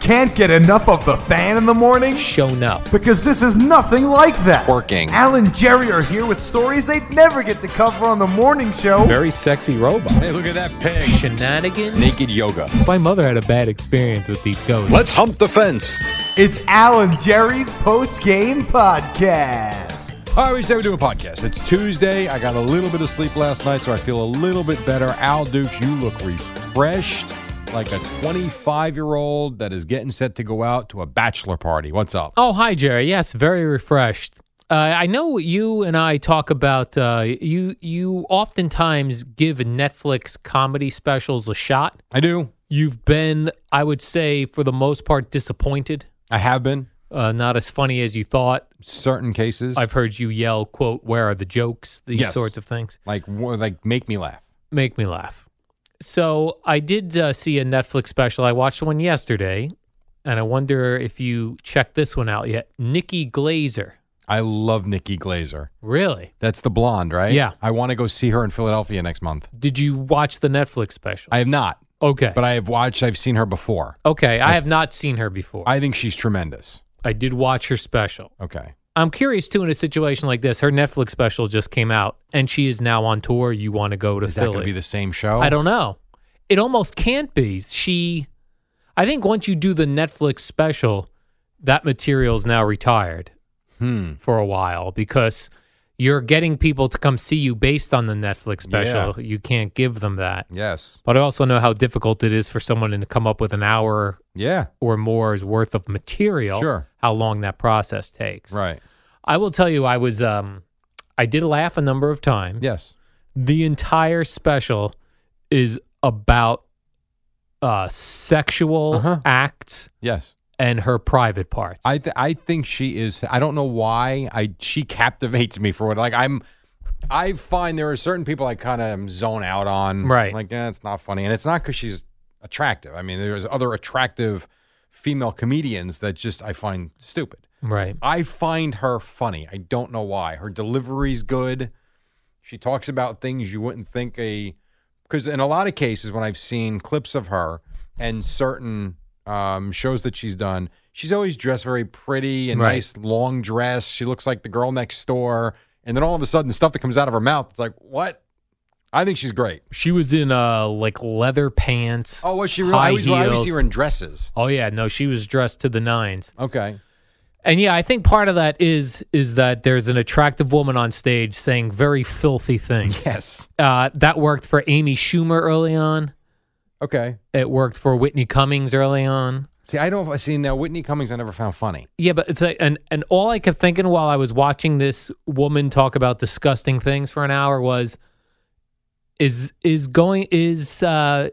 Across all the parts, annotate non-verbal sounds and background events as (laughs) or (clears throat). Can't get enough of the fan in the morning? shown up. Because this is nothing like that. Working. Al and Jerry are here with stories they'd never get to cover on the morning show. Very sexy robot. Hey, look at that pig. Shenanigans. Naked yoga. My mother had a bad experience with these ghosts. Let's hump the fence. It's Al and Jerry's post game podcast. All right, we say we do a podcast. It's Tuesday. I got a little bit of sleep last night, so I feel a little bit better. Al Dukes, you look refreshed like a 25 year old that is getting set to go out to a bachelor party. What's up? Oh, hi, Jerry. Yes, very refreshed. Uh, I know you and I talk about uh, you. You oftentimes give Netflix comedy specials a shot. I do. You've been, I would say, for the most part, disappointed. I have been. Uh, not as funny as you thought. Certain cases. I've heard you yell, "quote Where are the jokes?" These Yes. sorts of things. like, wo- like make me laugh. make me laugh. So I did uh, see a Netflix special. I watched one yesterday, and I wonder if you checked this one out yet. Nikki Glazer, I love Nikki Glazer. really? That's the blonde, right? Yeah. I want to go see her in Philadelphia next month. Did you watch the Netflix special? I have not, okay, but I have watched, I've seen her before. okay, I have not seen her before. I, I think she's tremendous. did watch her special. Okay. I'm curious too. In a situation like this, her Netflix special just came out, and she is now on tour. You want to go to Is that Philly? going to be the same show? I don't know. It almost can't be. She, I think once you do the Netflix special, that material's now retired Hmm. for a while because you're getting people to come see you based on the Netflix special. You can't give them that. Yes. But I also know how difficult it is for someone to come up with an hour Yeah. or more's worth of material. Sure. How long that process takes. Right. I will tell you, I was, um, I did laugh a number of times Yes. the entire special is about uh sexual Uh-huh. acts Yes. and her private parts. I th- I think she is. I don't know why. I she captivates me for what like I'm. I find there are certain people I kind of zone out on. Right. Like eh, it's not funny, and it's not because she's attractive. I mean, there's other attractive female comedians that just I find stupid. right. I find her funny. I don't know why. Her delivery's good. She talks about things you wouldn't think a because in a lot of cases when I've seen clips of her and certain um, shows that she's done, she's always dressed very pretty and Right. nice long dress. She looks like the girl next door, and then all of a sudden, the stuff that comes out of her mouth, it's like what? I think she's great. She was in uh like leather pants. Oh, was she really? I high always, I always heels. see her in dresses. Oh yeah, no, she was dressed to the nines. Okay. And yeah, I think part of that is is that there's an attractive woman on stage saying very filthy things. Yes. Uh, that worked for Amy Schumer early on. Okay. It worked for Whitney Cummings early on. See, I don't. See now, Whitney Cummings, I never found funny. Yeah, but it's like, and and all I kept thinking while I was watching this woman talk about disgusting things for an hour was, is is going is uh,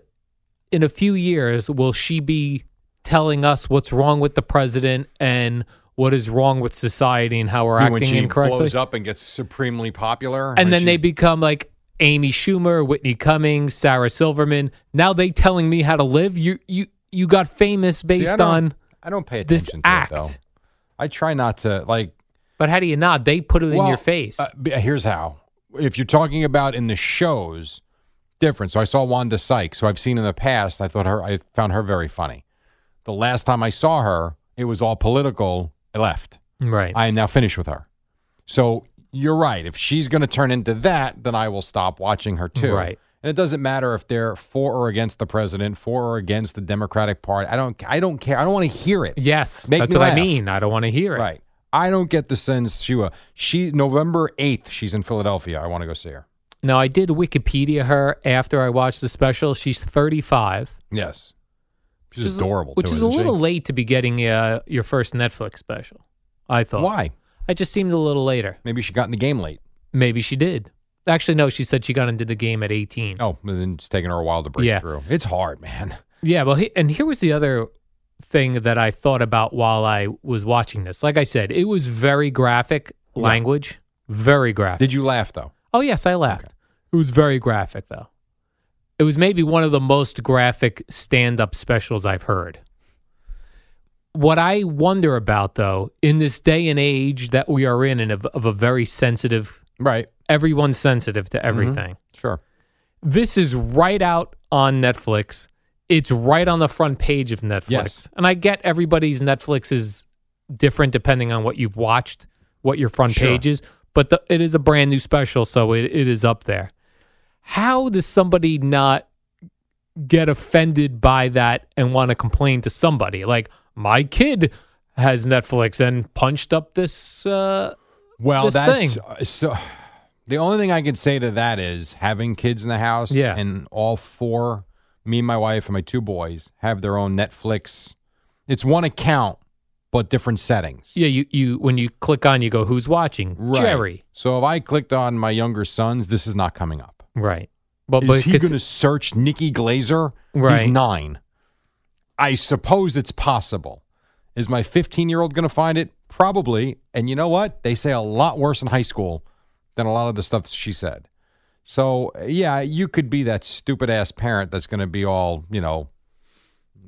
in a few years will she be telling us what's wrong with the president and what is wrong with society and how we're mean, acting when she incorrectly? blows up and gets supremely popular, and when then they she's- become like Amy Schumer, Whitney Cummings, Sarah Silverman. Now they telling me how to live. You you you got famous See, I based don't- on, I don't pay this attention act. to it though. I try not to like but how do you not? They put it in well, your face. uh, b- here's how: if you're talking about in the shows, different. So I saw Wanda Sykes, who I've seen in the past. I thought her, I found her very funny. The last time I saw her, it was all political. I left. right. I am now finished with her. So you're right. If she's going to turn into that, then I will stop watching her too. Right. And it doesn't matter if they're for or against the president, for or against the Democratic Party. I don't I don't care. I don't want to hear it. Yes, Make that's me what I laugh. mean. I don't want to hear it. Right. I don't get the sense she uh, she November 8th she's in Philadelphia. I want to go see her. Now, I did Wikipedia her after I watched the special. She's 35. Yes. She's which is- adorable Which too, is a isn't she? little late to be getting uh, your first Netflix special, I thought. Why? I just seemed a little later. Maybe she got in the game late. Maybe she did. Actually, no, she said she got into the game at 18. Oh, and then it's taking her a while to break Yeah. through. It's hard, man. Yeah, well, he, and here was the other thing that I thought about while I was watching this. Like I said, it was very graphic language, very graphic. Did you laugh though? oh yes, I laughed. It was very graphic though. It was maybe one of the most graphic stand-up specials I've heard. What I wonder about though, in this day and age that we are in, and of, of a very sensitive, Right. everyone's sensitive to everything. Sure. this is right out on Netflix. It's right on the front page of Netflix. Yes. And I get everybody's Netflix is different depending on what you've watched, what your front Sure. page is, but the, it is a brand new special, so it, it is up there. How does somebody not get offended by that and want to complain to somebody? Like, my kid has Netflix and punched up this. Uh, Well, this that's thing. uh, so. The only thing I could say to that is having kids in the house, Yeah. and all four, me, my wife, and my two boys have their own Netflix. It's one account, but different settings. yeah, you, you when you click on, you go, who's watching? Right. Jerry. So if I clicked on my younger sons, this is not coming up. Right. Well, is but he because- going to search Nikki Glazer? Right. He's nine. I suppose it's possible. Is my 15 year old going to find it? Probably. And you know what? They say a lot worse in high school than a lot of the stuff she said. So, yeah, you could be that stupid ass parent that's going to be all, you know,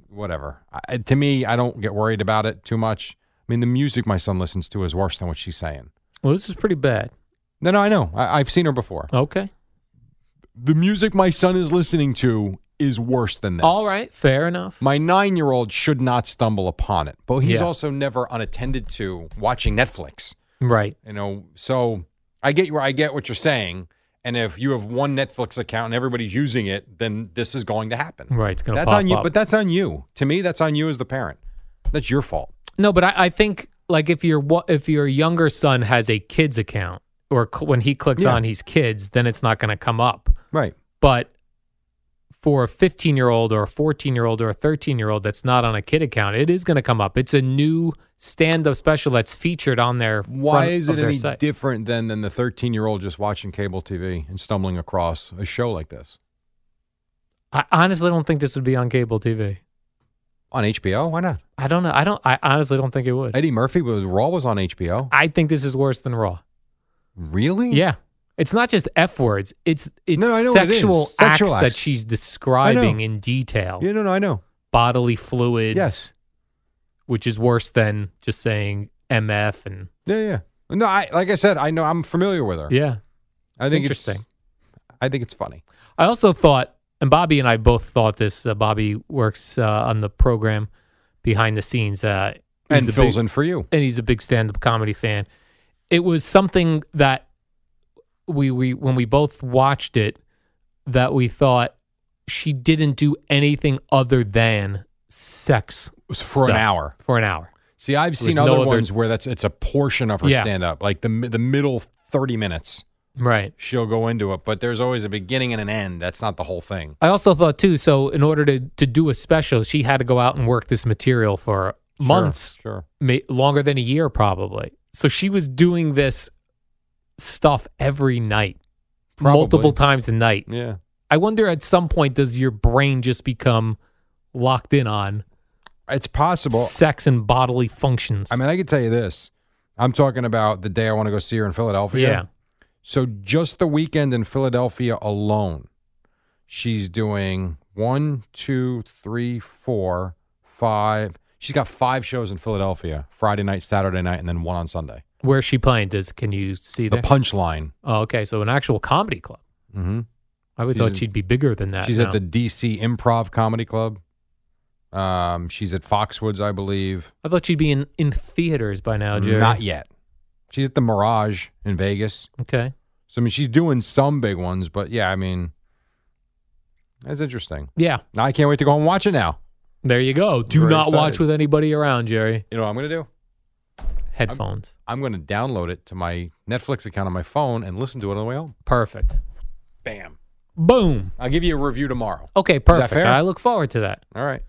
whatever. I, to me, I don't get worried about it too much. I mean, the music my son listens to is worse than what she's saying. Well, this is pretty bad. No, no, I know. I, I've seen her before Okay. the music my son is listening to is worse than this. All right. Fair enough. My nine year old should not stumble upon it, but he's Yeah. also never unattended to watching Netflix. Right. You know, so I get where I get what you're saying. And if you have one Netflix account and everybody's using it, then this is going to happen. Right. It's gonna That's pop on you, up. but that's on you. To me, that's on you as the parent. That's your fault. No, but I, I think like if your wa- if your younger son has a kids account or cl- when he clicks Yeah. on he's kids, then it's not going to come up. Right. But for a 15 year old or a 14 year old or a 13 year old that's not on a kid account, it is going to come up. It's a new stand up special that's featured on their Why front is of it their any site. different than than the 13 year old just watching cable TV and stumbling across a show like this I honestly don't think this would be on cable TV. on HBO? Why not? I don't know. I don't. I honestly don't think it would. Eddie Murphy was Raw was on HBO. I think this is worse than Raw. Really? Yeah. It's not just F words. It's it's Mm. No, I know what it is. sexual, acts Sexual that acts. she's describing in detail. Yeah, no, no, I know. Bodily fluids. Yes. Which is worse than just saying MF and Yeah, yeah. No, I like I said, I know I'm familiar with her. yeah. I think interesting. It's, I think it's funny. I also thought, and Bobby and I both thought this. Uh, Bobby works uh, on the program behind the scenes, uh, he's a and fills big- in for you. and he's a big stand-up comedy fan. It was something that we we when we both watched it that we thought she didn't do anything other than sex was for an stuff. hour. For an hour. See, I've There was seen no other other- ones where that's it's a portion of her Yeah. stand up, like the mi- the middle 30 minutes. Right. She'll go into it, but there's always a beginning and an end. That's not the whole thing. I also thought too, so in order to to do a special, she had to go out and work this material for Sure, months, Sure. ma- longer than a year probably. So she was doing this stuff every night, Probably. multiple times a night. Yeah. I wonder at some point does your brain just become locked in on It's possible. sex and bodily functions? I mean, I can tell you this. I'm talking about the day I want to go see her in Philadelphia. yeah, So just the weekend in Philadelphia alone, she's doing one, two, three, four, five. She's got five shows in Philadelphia: Friday night, Saturday night, and then one on Sunday. where's she playing? Does can you see The that? Punchline. oh, okay, so an actual comedy club. Mm-hmm. I would She's thought in- she'd be bigger than that. She's now. at the DC Improv Comedy Club. Um, she's at Foxwoods, I believe. I thought she'd be in in theaters by now, Jerry. Not yet. She's at the Mirage in Vegas. Okay. So I mean, she's doing some big ones, but yeah, I mean, That's interesting. Yeah, Now I can't wait to go and watch it now. there you go. Do Very not watch excited. with anybody around, Jerry. You know what I'm going to do? Headphones. I'm going to download it to my Netflix account on my phone and listen to it on the way home. Perfect. Bam. Boom. I'll give you a review tomorrow. Okay, perfect. fair? I look forward to that. All right.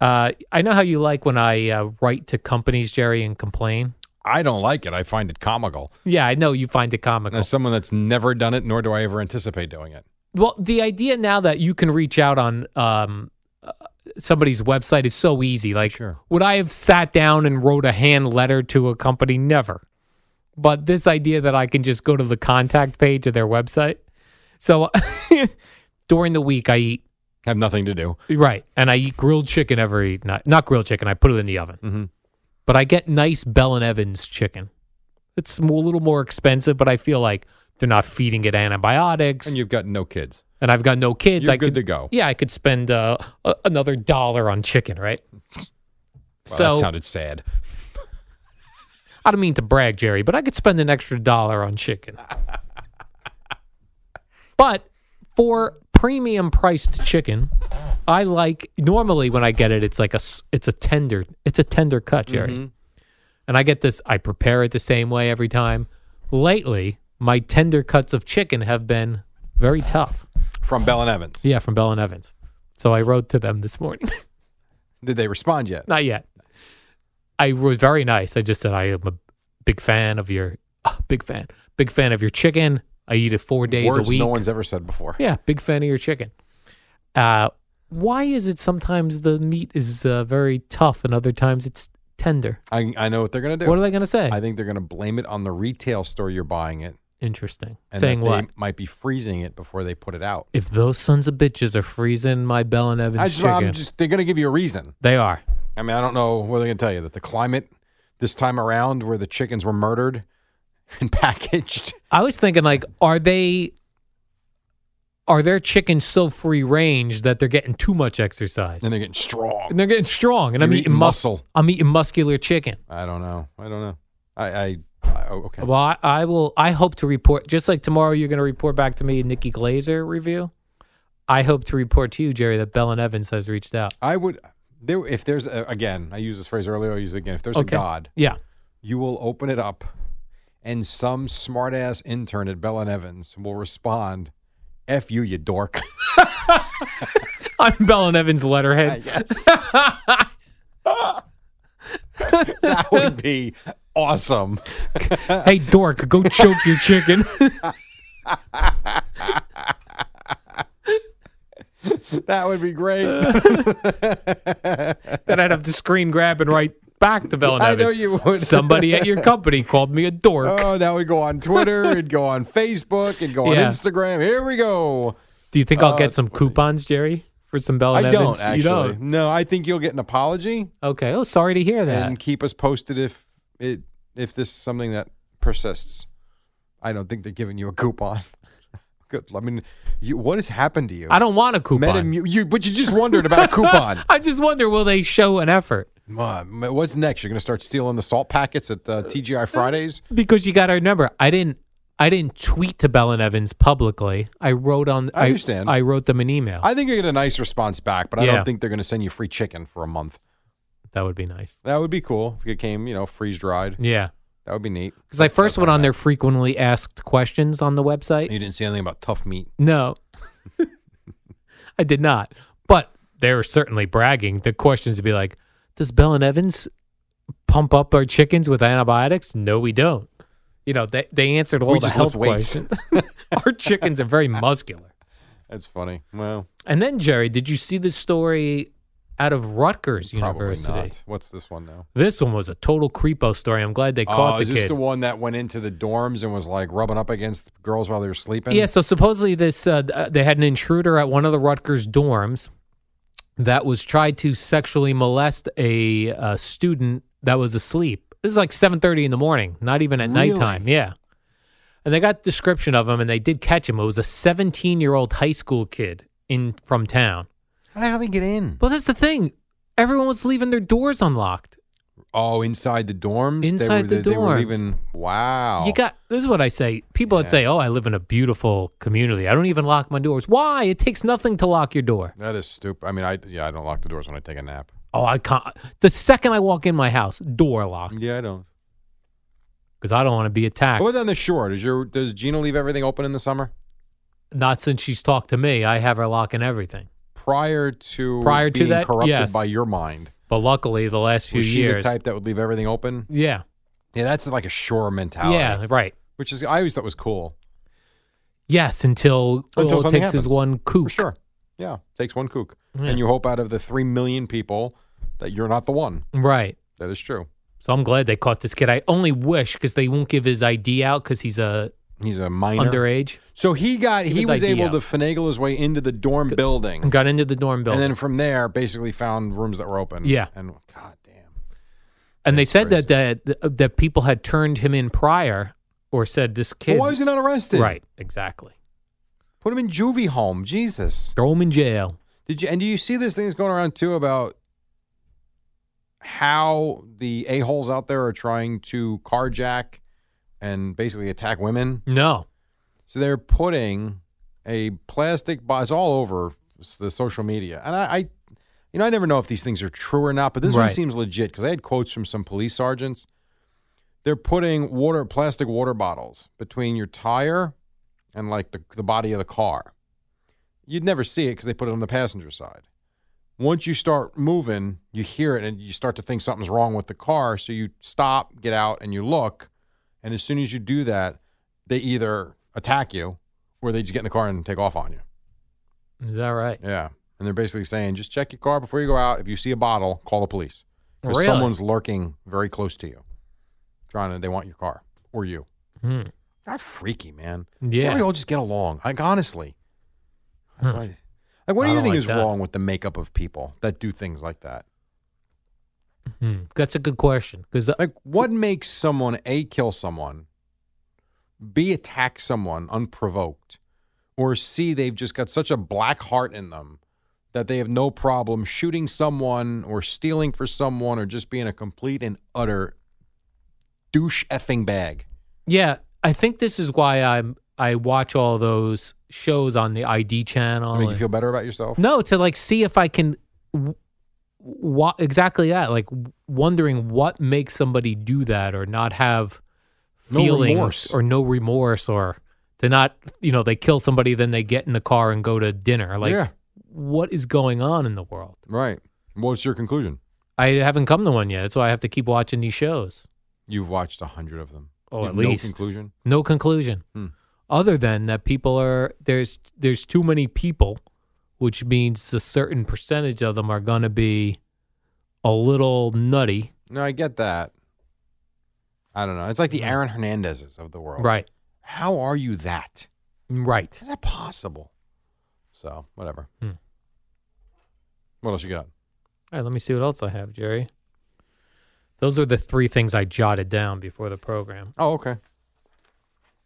Uh, I know how you like when I uh, write to companies, Jerry, and complain. I don't like it. I find it comical. Yeah, I know you find it comical. As someone that's never done it, nor do I ever anticipate doing it. Well, the idea now that you can reach out on um, uh, somebody's website is so easy. Like, Sure. would I have sat down and wrote a hand letter to a company? Never. But this idea that I can just go to the contact page of their website. So (laughs) during the week, I eat Have nothing to do. right, and I eat grilled chicken every night. Not grilled chicken. I put it in the oven. Mhm. But I get nice Bell and Evans chicken. It's mo- a little more expensive, but I feel like they're not feeding it antibiotics And you've got no kids. and I've got no kids. You're I good could, to go. Yeah, I could spend uh, a- another dollar on chicken, right? Wow, so that sounded sad. I don't mean to brag, Jerry, but I could spend an extra dollar on (laughs) chicken. but for premium priced chicken, I like normally when I get it, it's like a s- it's a tender it's a tender cut, Jerry. Mm-hmm. And I get this. I prepare it the same way every time. Lately, my tender cuts of chicken have been very tough. From Bell and Evans. Yeah, from Bell and Evans. So I wrote to them this morning. Did they respond yet? Not yet. I was very nice. I just said I am a big fan of your ah, big fan, big fan of your chicken. I eat it four days a Words week. no one's ever said before. yeah, big fan of your chicken. Uh, why is it sometimes the meat is uh, very tough and other times it's tender? I, I know what they're going to do. What are they going to say? I think they're going to blame it on the retail store you're buying it. Interesting. And Saying that they what? might be freezing it before they put it out. If those sons of bitches are freezing my Bell and Evans I just, chicken, I'm just, they're going to give you a reason. they are. I mean, I don't know what they're going to tell you that the climate this time around, where the chickens were murdered (laughs) and packaged, I was thinking like, are they are their chickens so free range that they're getting too much exercise? and they're getting strong. And they're getting strong and I'm You're eating eating muscle. muscle. I'm eating muscular chicken. I don't know. I don't know. I, I, I oh, okay. Well, I, I will I hope to report just like tomorrow you're gonna report back to me Nikki Glazer review. I hope to report to you, Jerry, that Bell and Evans has reached out. I would, there, if there's, a, again, I used this phrase earlier, I'll use it again. If there's Okay. a God, Yeah. (laughs) you will open it up and some smart ass intern at Bell and Evans will respond, F you, you dork. On Bell and Evans (laughs) letterhead. that would be awesome. hey dork, go choke your chicken. (laughs) That would (laughs) be great. then I'd have to screen grab and write back to Bell and I Evans. know you would. Somebody (laughs) at your company called me a dork. oh, that would go (laughs) on Twitter, it'd go on Facebook, it'd go on Yeah. Instagram. Here we go. Do you think I'll get some coupons, Jerry, for some Bell Uh, I and Evans? don't actually. Oh, You don't. No, I think you'll get an apology Okay. Oh, sorry to hear that. and keep us posted if it if this is something that persists. I don't think they're giving you a coupon. (laughs) Good. I mean, you, what has happened to you? I don't want a coupon. Meta, you, you, but you just wondered about (laughs) a coupon. I just wonder, will they show an effort? Mom, what's next? You're going to start stealing the salt packets at uh, TGI Fridays? Because you got to remember, I didn't, I didn't tweet to Bell and Evans publicly. I wrote on. I understand. I wrote them an email. I think you get a nice response back, but I Yeah. don't think they're going to send you free chicken for a month. that would be nice. That would be cool if it came, you know, freeze dried. Yeah. That would be neat. Because I first went on their frequently asked questions on the website. You didn't see anything about tough meat. No, I did not. But they were certainly bragging. The questions would be like, "Does Bell and Evans pump up our chickens with antibiotics?" No, we don't. You know, they they answered all We the just health lift weights. (laughs) questions. (laughs) our chickens are very muscular. That's funny. Well, And then Jerry, did you see the story out of Rutgers probably University? not. What's this one now? This one was a total creepo story. I'm glad they caught oh, the is this kid. the one that went into the dorms and was like rubbing up against girls while they were sleeping? Yeah, so supposedly this uh, th- they had an intruder at one of the Rutgers dorms that was tried to sexually molest a, uh student that was asleep. This is like 7:30 in the morning, not even at Really? nighttime. Yeah. And they got description of him and they did catch him. It was a 17-year-old high school kid in from town. How the hell did he get in? Well, that's the thing. Everyone was leaving their doors unlocked. Oh, inside the dorms. Inside they were, the They were dorms. even wow. You got this is what I say. People that say, "Oh, I live in a beautiful community. I don't even lock my doors." Why? It takes nothing to lock your door. that is stupid. I mean, I yeah, I don't lock the doors when I take a nap. Oh, I can't. The second I walk in my house, door locked Yeah, I don't. because I don't want to be attacked. What about on the shore? Does your does Gina leave everything open in the summer? Not since she's talked to me. I have her locking everything. Prior to Prior to being that, corrupted yes. by your mind, But luckily, the last few was she years, the type that would leave everything open? yeah, Yeah, that's like a shore mentality. yeah, right. which is I always thought was cool. Yes, until, Until all it something takes is happens. one kook. For sure. Yeah, takes one kook, Yeah. and you hope out of the three million people that you're not the one. Right. That is true. So I'm glad they caught this kid. I only wish because they won't give his ID out because he's a He's a minor. underage So he got Give he his was ID able out. to finagle his way into the dorm building, and got into the dorm and building. then from there basically found rooms that were open. Yeah. and god damn, And they That's said that that that people had turned him in prior or said this kid. well, why was he not arrested? right, exactly. put him in juvie home. Jesus, Throw him in jail. did you and do you see these things going around too about how the a holes out there are trying to carjack and basically attack women? No. So they're putting a plastic box all over s- the social media, and I, I, you know, I never know if these things are true or not, but this one Right. seems legit because I had quotes from some police sergeants. They're putting water, plastic water bottles between your tire and like the the body of the car. You'd never see it because they put it on the passenger side. Once you start moving, you hear it and you start to think something's wrong with the car. So you stop, get out, and you look. And as soon as you do that, they either attack you or they just get in the car and take off on you. Is that right? Yeah. And they're basically saying, just check your car before you go out. If you see a bottle, call the police. Because Really? someone's lurking very close to you. Trying to, they want your car or you. Hmm. That's freaky, man. Can't we Yeah. all just get along? Like, honestly. Right. Like, what I do you don't think like is that. wrong with the makeup of people that do things like that? Hmm. That's a good question uh, because Like, what makes someone A, kill someone, B, attack someone unprovoked, or C, they've just got such a black heart in them that they have no problem shooting someone or stealing for someone or just being a complete and utter douche effing bag? yeah, I think this is why I'm I watch all those shows on the ID channel. I mean, you and- feel better about yourself? No, to like see if I can. W- wa exactly that. Like w- wondering what makes somebody do that or not have No feelings remorse. or no remorse or to not, you know, they kill somebody, then they get in the car and go to dinner. Like, Yeah. what is going on in the world? Right. What's your conclusion? I haven't come to one yet. That's why I have to keep watching these shows. You've watched a hundred of them. Oh, You at have no least. conclusion. No conclusion. Hmm. Other than that people are there's there's too many people, which means a certain percentage of them are gonna be a little nutty. No, I get that. I don't know. It's like the Aaron Hernandezes of the world. Mm. Right. How are you that? Right. Is that possible? So whatever. Hmm. What else you got? All right, let me see what else I have, Jerry. Those are the three things I jotted down before the program. Oh, okay.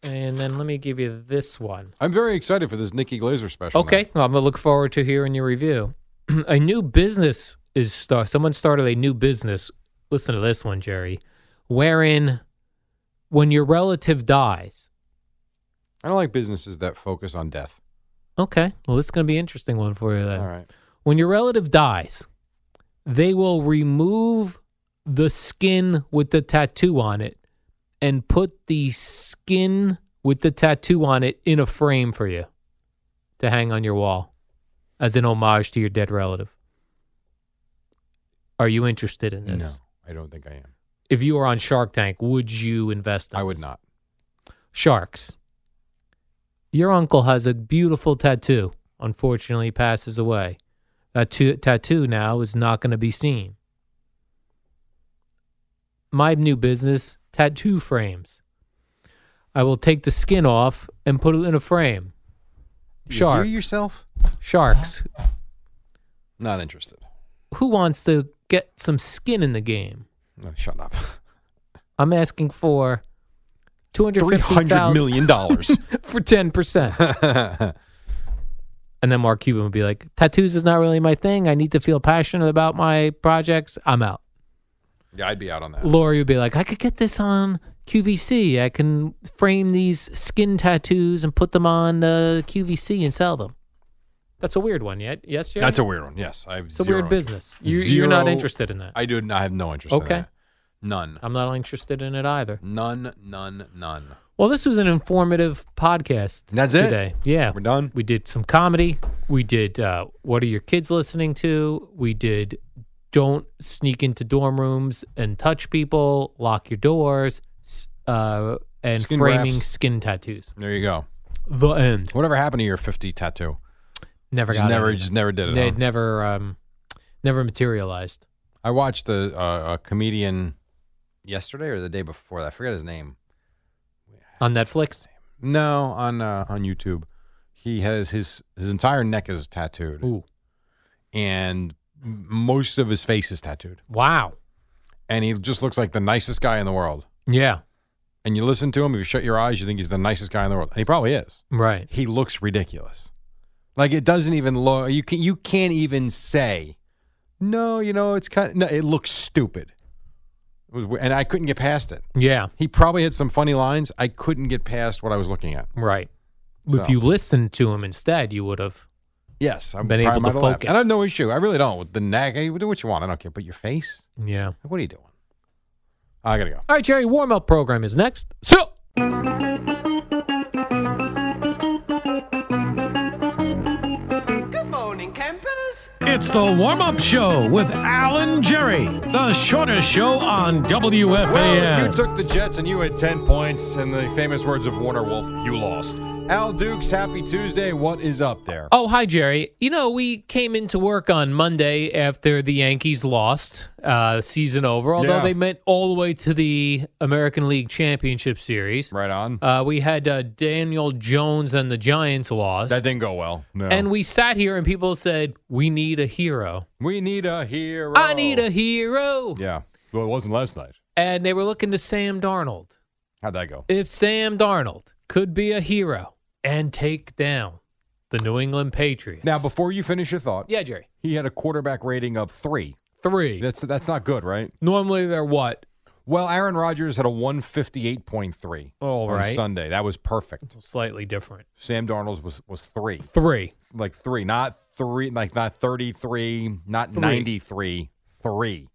And then let me give you this one. I'm very excited for this Nikki Glazer special. now. Okay, well, I'm gonna look forward to hearing your review. (clears throat) a new business is start. Someone started a new business. Listen to this one, Jerry. Wherein, when your relative dies, I don't like businesses that focus on death. okay. Well, this is gonna be an interesting one for you then. All right. When your relative dies, they will remove the skin with the tattoo on it and put the skin with the tattoo on it in a frame for you to hang on your wall as an homage to your dead relative. Are you interested in this? No, I don't think I am. If you were on Shark Tank, would you invest in I would this? not. Sharks. Your uncle has a beautiful tattoo. Unfortunately, he passes away. That tu- tattoo now is not going to be seen. My new business, tattoo frames. I will take the skin off and put it in a frame. You hear Sharks. yourself? Sharks. Not interested. Who wants to get some skin in the game? No, shut (laughs) up. I'm asking for Three hundred 250,000 (laughs) million dollars. for (laughs) 10%. And then Mark Cuban would be like, tattoos is not really my thing. I need to feel passionate about my projects. I'm out. Yeah, I'd be out on that. Lori would be like, I could get this on QVC. I can frame these skin tattoos and put them on uh, QVC and sell them. That's a weird one, yet. Yes, Jerry? That's a weird one. Yes, I have It's a zero weird business. interest. You- you're not Zero- interested in that. I do. I have no interest. Okay. In that. None. I'm not interested in it either. None. None. None. Well, this was an informative podcast That's it? today. Yeah. We're done. We did some comedy. We did uh, What Are Your Kids Listening To? We did Don't Sneak Into Dorm Rooms and Touch People, Lock Your Doors, s- uh, and Skin Framing grafts. Skin Tattoos. There you go. The end. Whatever happened to your 50 tattoo? Never Just got never. it. Just never did it. They huh? would never, um, never materialized. I watched a, a, a comedian yesterday or the day before that. I forget his name. On Netflix? No, on uh, on YouTube, he has his his entire neck is tattooed, Ooh. and m- most of his face is tattooed, Wow. and he just looks like the nicest guy in the world. Yeah. And you listen to him, if you shut your eyes, you think he's the nicest guy in the world, and he probably is. Right. He looks ridiculous, like it doesn't even look. You can you can't even say, no, you know, it's kind. Of, no, it looks stupid, It was we- and I couldn't get past it. Yeah. He probably had some funny lines. I couldn't get past what I was looking at. Right. So- If you listened to him instead, you would have. Yes, I'm Been able to And focus. I have no issue. I really don't with the neck. Hey, do what you want. I don't care. But your face, Yeah. Like, what are you doing? I gotta go. All right, Jerry, warm up program is next. So, It's the warm up show with Alan Jerry, the shortest show on WFAN. Well, if you took the Jets and you had 10 points, in the famous words of Warner Wolf, you lost. Al Dukes, happy Tuesday. What is up there? oh, hi, Jerry. You know, we came into work on Monday after the Yankees lost uh, season over, although Yeah. they went all the way to the American League Championship Series. Right on. Uh, we had uh, Daniel Jones and the Giants lost. that didn't go well. No. and we sat here and people said, We need a hero. we need a hero. I need a hero. Yeah. Well, it wasn't last night. And they were looking to Sam Darnold. How'd that go? if Sam Darnold could be a hero and take down the New England Patriots. Now, before you finish your thought, yeah, Jerry, he had a quarterback rating of three. three. That's that's not good, right? Normally they're what? Well, Aaron Rodgers had a 158.3 All on right. Sunday. That was perfect. Slightly different. Sam Darnold was was three, Three. like three, not three, like not 33, not Three. 93, three.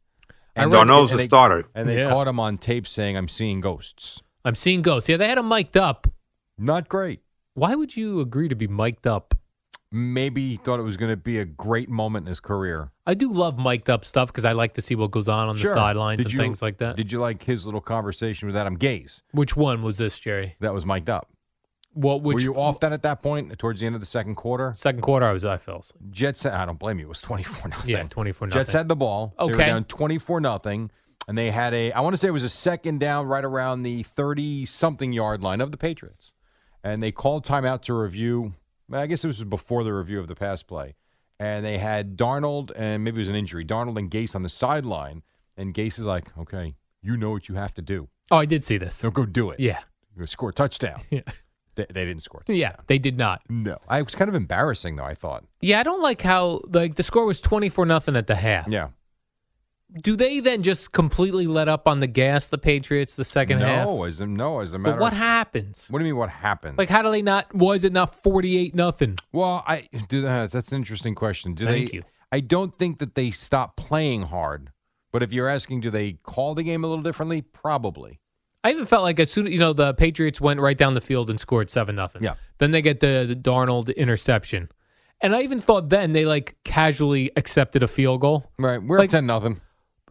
I read- Darnold's and a they- starter. And they Yeah. caught him on tape saying, I'm seeing ghosts. I'm seeing ghosts. Yeah, they had him mic'd up. Not great. Why would you agree to be mic'd up? Maybe he thought it was going to be a great moment in his career. I do love mic'd up stuff because I like to see what goes on on the Sure. sidelines Did and you- things like that. Did you like his little conversation with Adam Gaze? Which one was this, Jerry? That was mic'd up. What? Which Were you off that at that point towards the end of the second quarter? second quarter? I was. I fell asleep. Jets, I don't blame you. It was 24 nothing. Yeah, twenty four. Jets had the ball. They Okay. were down 24 nothing. And they had a, I want to say it was a second down right around the 30 something yard line of the Patriots. And they called timeout to review. I guess this was before the review of the pass play. And they had Darnold, and maybe it was an injury, Darnold and Gase on the sideline. And Gase is like, okay, you know what you have to do. Oh, I did see this. So go do it. Yeah, Go score a touchdown. Yeah. They, they didn't score. a yeah. touchdown. They did not. No. I it was kind of embarrassing, though, I thought. Yeah, I don't like how like the score was twenty four nothing at the half. Yeah. Do they then just completely let up on the gas, the Patriots, the second no, half? As a, no, as a matter So what of happens? What do you mean? What happened? Like, how do they not? Was it not forty-eight nothing? well, I do that. That's an interesting question. Do Thank they? you. I don't think that they stop playing hard. But if you're asking, do they call the game a little differently? Probably. I even felt like as soon you know the Patriots went right down the field and scored seven nothing. Yeah. Then they get the, the Darnold interception, and I even thought then they like casually accepted a field goal Right. We're Like- up ten nothing.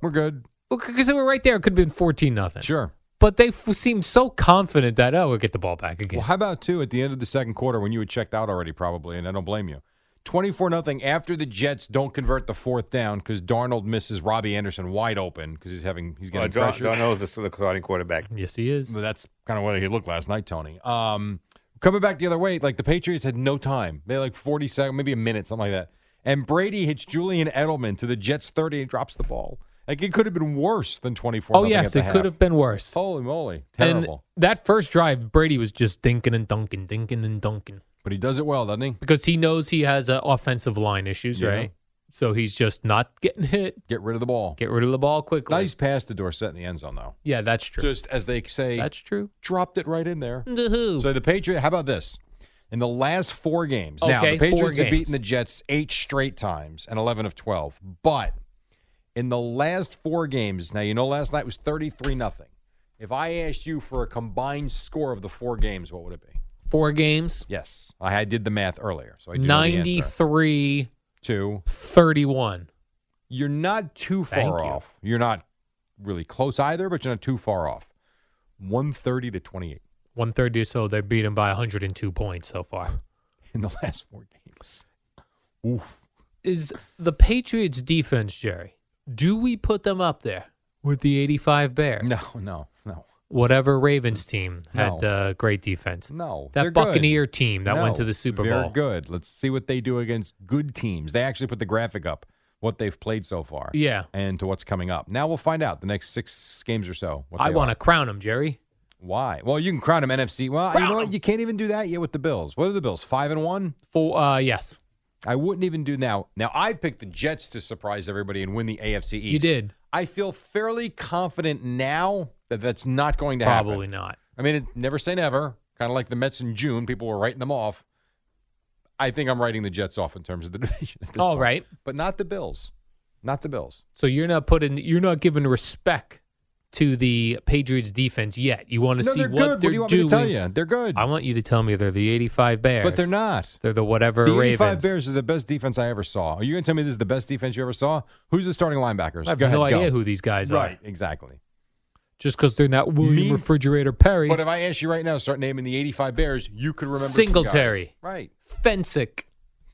We're good. because they were right there. It could have been fourteen nothing. Sure. But they f- seemed so confident that oh we'll get the ball back again. Well, how about too at the end of the second quarter when you had checked out already, probably, and I don't blame you. Twenty-four nothing after the Jets don't convert the fourth down because Darnold misses Robbie Anderson wide open because he's having he's Well, getting Dar- pressure. Darnold's is still the starting quarterback. yes, he is. But that's kind of what he looked last night, Tony. Um, coming back the other way, like the Patriots had no time. They had like 40 seconds, maybe a minute, something like that. And Brady hits Julian Edelman to the Jets 30 and drops the ball. Like it could have been worse than 24. Oh yes, it could have been worse. Holy moly. And Oh, Terrible. that first drive, Brady was just dinking and dunking, dinking and dunking but he does it well, doesn't he? because he knows he has uh, offensive line issues, Yeah. right? so he's just not getting (laughs) hit. Get rid of the ball. Get rid of the ball quickly. nice pass to Dorset in the end zone, though. Yeah, that's true. Just as they say, that's true. dropped it right in there. So, So the Patriot, how about this? In the last four games, now Okay, the four Patriots have games. beaten the Jets eight straight times and eleven of twelve. But in the last four games, now you know last night was thirty-three nothing. If I asked you for a combined score of the four games, what would it be? Four games, Yes, I had did the math earlier, so I do know the answer. 93 Two. 31. You're not too far Thank you. off. You're not really close either, but you're not too far off. One thirty to twenty-eight (laughs) 130 or so. They beat him by 102 points so far. in the last four games. Oof. Is the Patriots defense, Jerry, do we put them up there with the 85 Bears? No, no, no, Whatever Ravens team had No. uh, great defense. no. They're That good. Buccaneer team that went No, to the Super they're Bowl. good. Let's see what they do against good teams. They actually put the graphic up, what they've played so far. Yeah. And to what's coming up. Now we'll find out the next six games or so. What I they want are. to crown him, Jerry. Why? Well, you can crown them NFC. Well, you Crown know what? 'em. You can't even do that yet with the Bills. What are the Bills? Five and one. For uh, yes, I wouldn't even do now. Now I picked the Jets to surprise everybody and win the AFC East. you did. I feel fairly confident now that that's not going to happen. Probably not. I mean, it- never say never. Kind of like the Mets in June, people were writing them off. I think I'm writing the Jets off in terms of the (laughs) division. At this All point. right. but not the Bills. Not the Bills. So you're not putting, you're not giving respect to the Patriots defense yet. You want to no, see they're what good. they're what do you want doing. me to tell you? They're good, I want you to tell me they're the 85 Bears, but they're not. They're the whatever the 85 Ravens. Bears are the best defense I ever saw. Are you going to tell me this is the best defense you ever saw? Who's the starting linebackers? I have Go no ahead, idea go. who these guys Right, are. exactly. Just because they're not William Me- Refrigerator Perry, But if I asked you right now, start naming the 85 Bears, you could remember some guys. Singletary. Right. Fensick,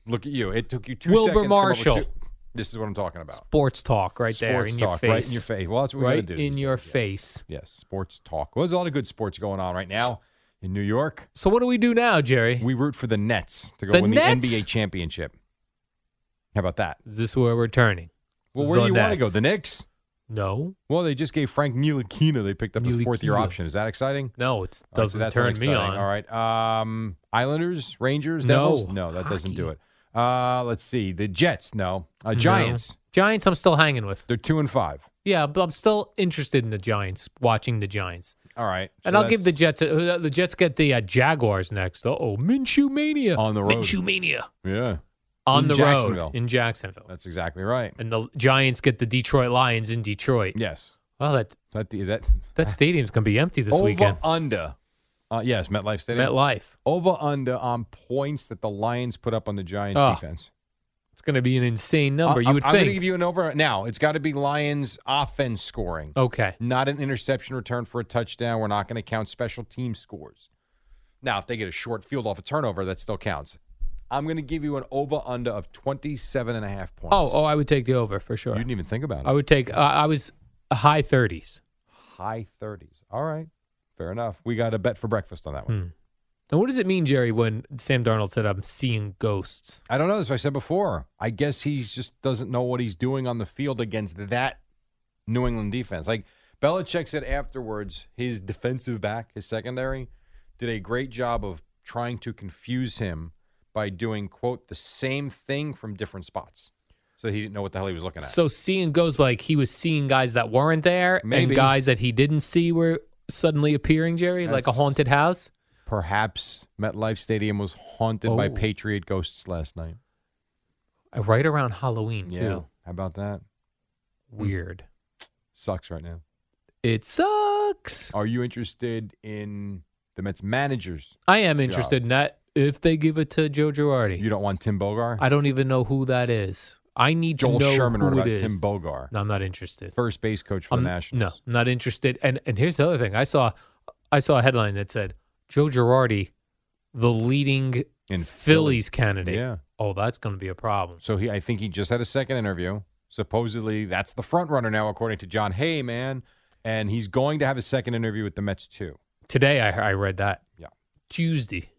Look at you. It took you two Wilbur seconds. to come up with Marshall. two- This is what I'm talking about. sports talk right there sports in your talk, face. right in your face. Well, that's what we Right got to do. in is- your yes. face. Yes, sports talk. Well, there's a lot of good sports going on right now in New York. So what do we do now, Jerry? We root for the Nets to go The win Nets? the NBA championship. How about that? Is this where we're turning? Well, where The do you want to Nets. go? The Knicks? No, Well, they just gave Frank Ntilikina. They picked up his fourth year Ntilikina. option. Is that exciting? no, it All right, so doesn't that's not turn me exciting. on. All right. Um, Islanders, Rangers, No. Devils. No, that doesn't do it. Uh, let's see. The Jets. No. Uh, Giants. No. Giants, I'm still hanging with. They're two and five. Yeah, but I'm still interested in the Giants, watching the Giants. All right. And So I'll give the that's- Jets, uh, the Jets get the uh, Jaguars next. Uh oh, Minshew Mania. On the road. Minshew Mania. Yeah, On In the Jacksonville. road in Jacksonville. that's exactly right. and the Giants get the Detroit Lions in Detroit. Yes. Well, that, That that that stadium's going to be empty this over weekend. under. Uh, yes, MetLife Stadium. MetLife. Over under on points that the Lions put up on the Giants Oh, defense. It's going to be an insane number. I- you would I'm, I'm think. gonna give you an over now. It's got to be Lions offense scoring, okay. not an interception return for a touchdown. We're not going to count special team scores. Now, if they get a short field off a turnover, that still counts. I'm going to give you an over under of 27 and a half points. Oh, oh, I would take the over for you sure. didn't even think about it. I would take. Uh, I was high thirties. High 30s. All right. Fair enough. We got a bet for breakfast on that one. Now, what does it mean, Jerry, when Sam Darnold said, "I'm seeing ghosts"? I don't know. That's what I said before. I guess he just doesn't know what he's doing on the field against that New England defense. Like Belichick said afterwards, his defensive back, his secondary, did a great job of trying to confuse him by doing, quote, the same thing from different spots. So he didn't know what the hell he was looking at. So seeing ghosts, like he was seeing guys that weren't there, Maybe. and guys that he didn't see were suddenly appearing, Jerry, like a That's- haunted house. Perhaps MetLife Stadium was haunted by Oh. Patriot ghosts last night. Uh, Right around Halloween, Yeah. Mm. too. How about that? Weird. Sucks right now. It sucks. Are you interested in the Mets managers? I am interested in that. If they give it to Joe Girardi, You don't want Tim Bogar? I don't even know who that is. I need Joel to know Sherman who wrote about it is. Tim Bogar, No, I'm not interested. first base coach for I'm- the Nationals. No, not interested. And and here's the other thing. I saw I saw a headline that said Joe Girardi, the leading In Phillies candidate. Yeah. Oh, that's going to be a problem. So he, I think he just had a second interview. Supposedly, that's the front runner now, according to John Hay, man. And he's going to have a second interview with the Mets too. Today I I read that. Yeah. Tuesday.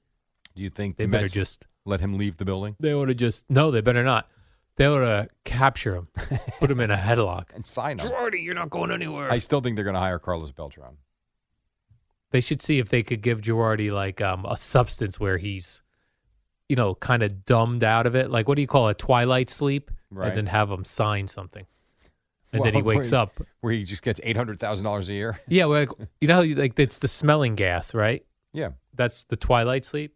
Do you think They the better Mets just let him leave the building they ought to just no, they better not. They ought to capture (laughs) him, put him in a headlock. and sign him? Girardi, you're not going anywhere. I still think they're going to hire Carlos Beltran. They should see if they could give Girardi like um, a substance where he's, you know, kind of dumbed out of it. Like what do you call it? Twilight sleep. Right. and then have him sign something. And then he Well, (laughs) wakes where- up. where he just gets eight hundred thousand dollars a year. (laughs) Yeah, we're like you know how you, like it's the smelling gas, right? Yeah, That's the twilight sleep.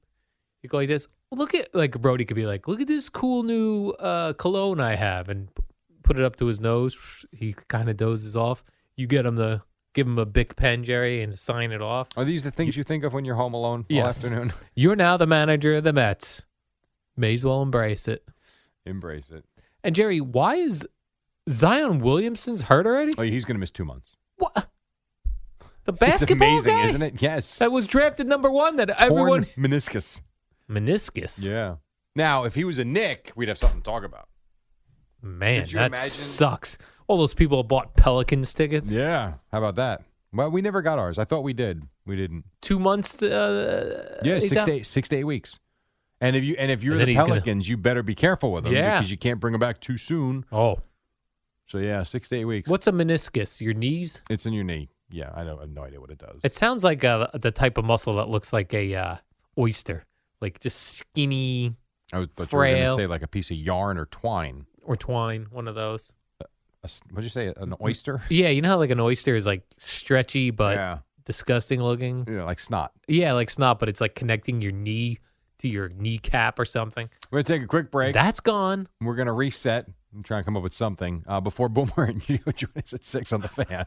You go like this. Look at like Brody could be like, look at this cool new uh, cologne I have, and p- put it up to his nose. He kind of dozes off. You get him the give him a big pen, Jerry, and sign it off. are these the things you, think of when you're home alone Yes. all afternoon? (laughs) You're now the manager of the Mets. May as well embrace it. Embrace it. And Jerry, why is Zion Williamson's hurt already? Oh, he's going to miss two months. What? The basketball it's amazing, guy isn't it? Yes, that was drafted number one. That Torn everyone meniscus. meniscus. Yeah. Now, if he was a Nick, we'd have something to talk about. Man, Could you that imagine- sucks. All those people bought Pelicans tickets. Yeah. How about that? Well, we never got ours. I thought we did. We didn't. Two months. Uh, Yeah, he's six out. to eight, six to eight weeks. And if you and if you're And then the he's gonna- Pelicans, you better be careful with them Yeah. because you can't bring them back too soon. Oh, So yeah, six to eight weeks. what's a meniscus? Your knees? It's in your knee. Yeah, I don't I have no idea what it does. It sounds like uh, the type of muscle that looks like a uh, oyster, like just skinny I was- thought you were going to frail. say like a piece of yarn or twine. or twine, one of those. A s- What'd you say? An oyster? Yeah, you know how like an oyster is like stretchy Mm-hmm. but yeah, disgusting looking. yeah, like snot. Yeah, like snot, but it's like connecting your knee to your kneecap or something. We're gonna take a quick break. That's gone. We're gonna reset and try and come up with something uh, before Boomer and (laughs) you join us at six on the fan.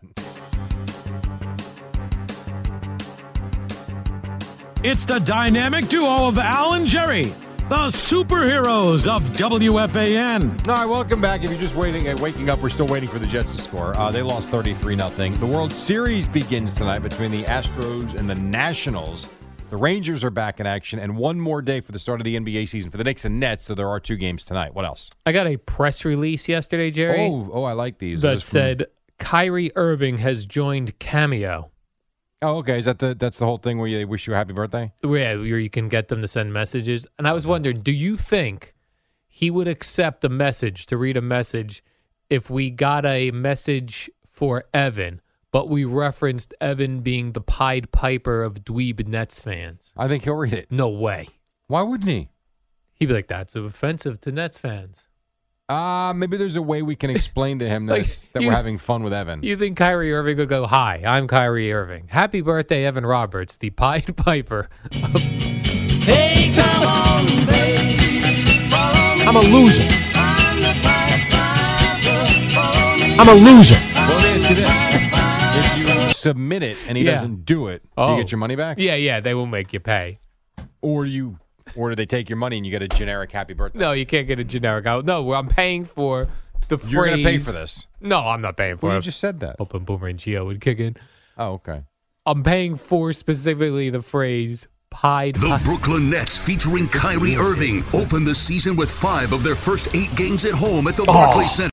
It's the dynamic duo of Al and Jerry, the superheroes of WFAN. All right, welcome back. If you're just waiting, uh, waking up, we're still waiting for the Jets to score. Uh, they lost 33 nothing. The World Series begins tonight between the Astros and the Nationals. The Rangers are back in action, and one more day for the start of the NBA season for the Knicks and Nets. So there are two games tonight. What else? I got a press release yesterday, Jerry, Oh, oh, I like these. that Is this from- said Kyrie Irving has joined Cameo, oh, okay. Is that the that's the whole thing where they wish you a happy birthday? where where you can get them to send messages. And I was wondering, do you think he would accept a message to read a message if we got a message for Evan, but we referenced Evan being the Pied Piper of Dweeb Nets fans? I think he'll read it. No way. Why wouldn't he? He'd be like, "That's offensive to Nets fans." Uh, maybe there's a way we can explain to him that, (laughs) Like, it's- that you- we're having fun with Evan. You think Kyrie Irving would go, "Hi, I'm Kyrie Irving. Happy birthday, Evan Roberts, the Pied Piper." I'm a loser. I'm a loser. Well, let me ask you this. If you submit it and he Yeah. doesn't do it, do Oh. you get your money back? (laughs) yeah, yeah, they will make you pay. Or you or do they take your money and you get a generic happy birthday? No, you can't get a generic out. No, I'm paying for the phrase. You're gonna pay for this. No, I'm not paying for Well, it. you just said that. Open Boomer and Geo would kick in. Oh, okay. I'm paying for specifically the phrase Pied The Piper. Brooklyn Nets featuring Kyrie Irving open the season with five of their first eight games at home at the Barclays Center.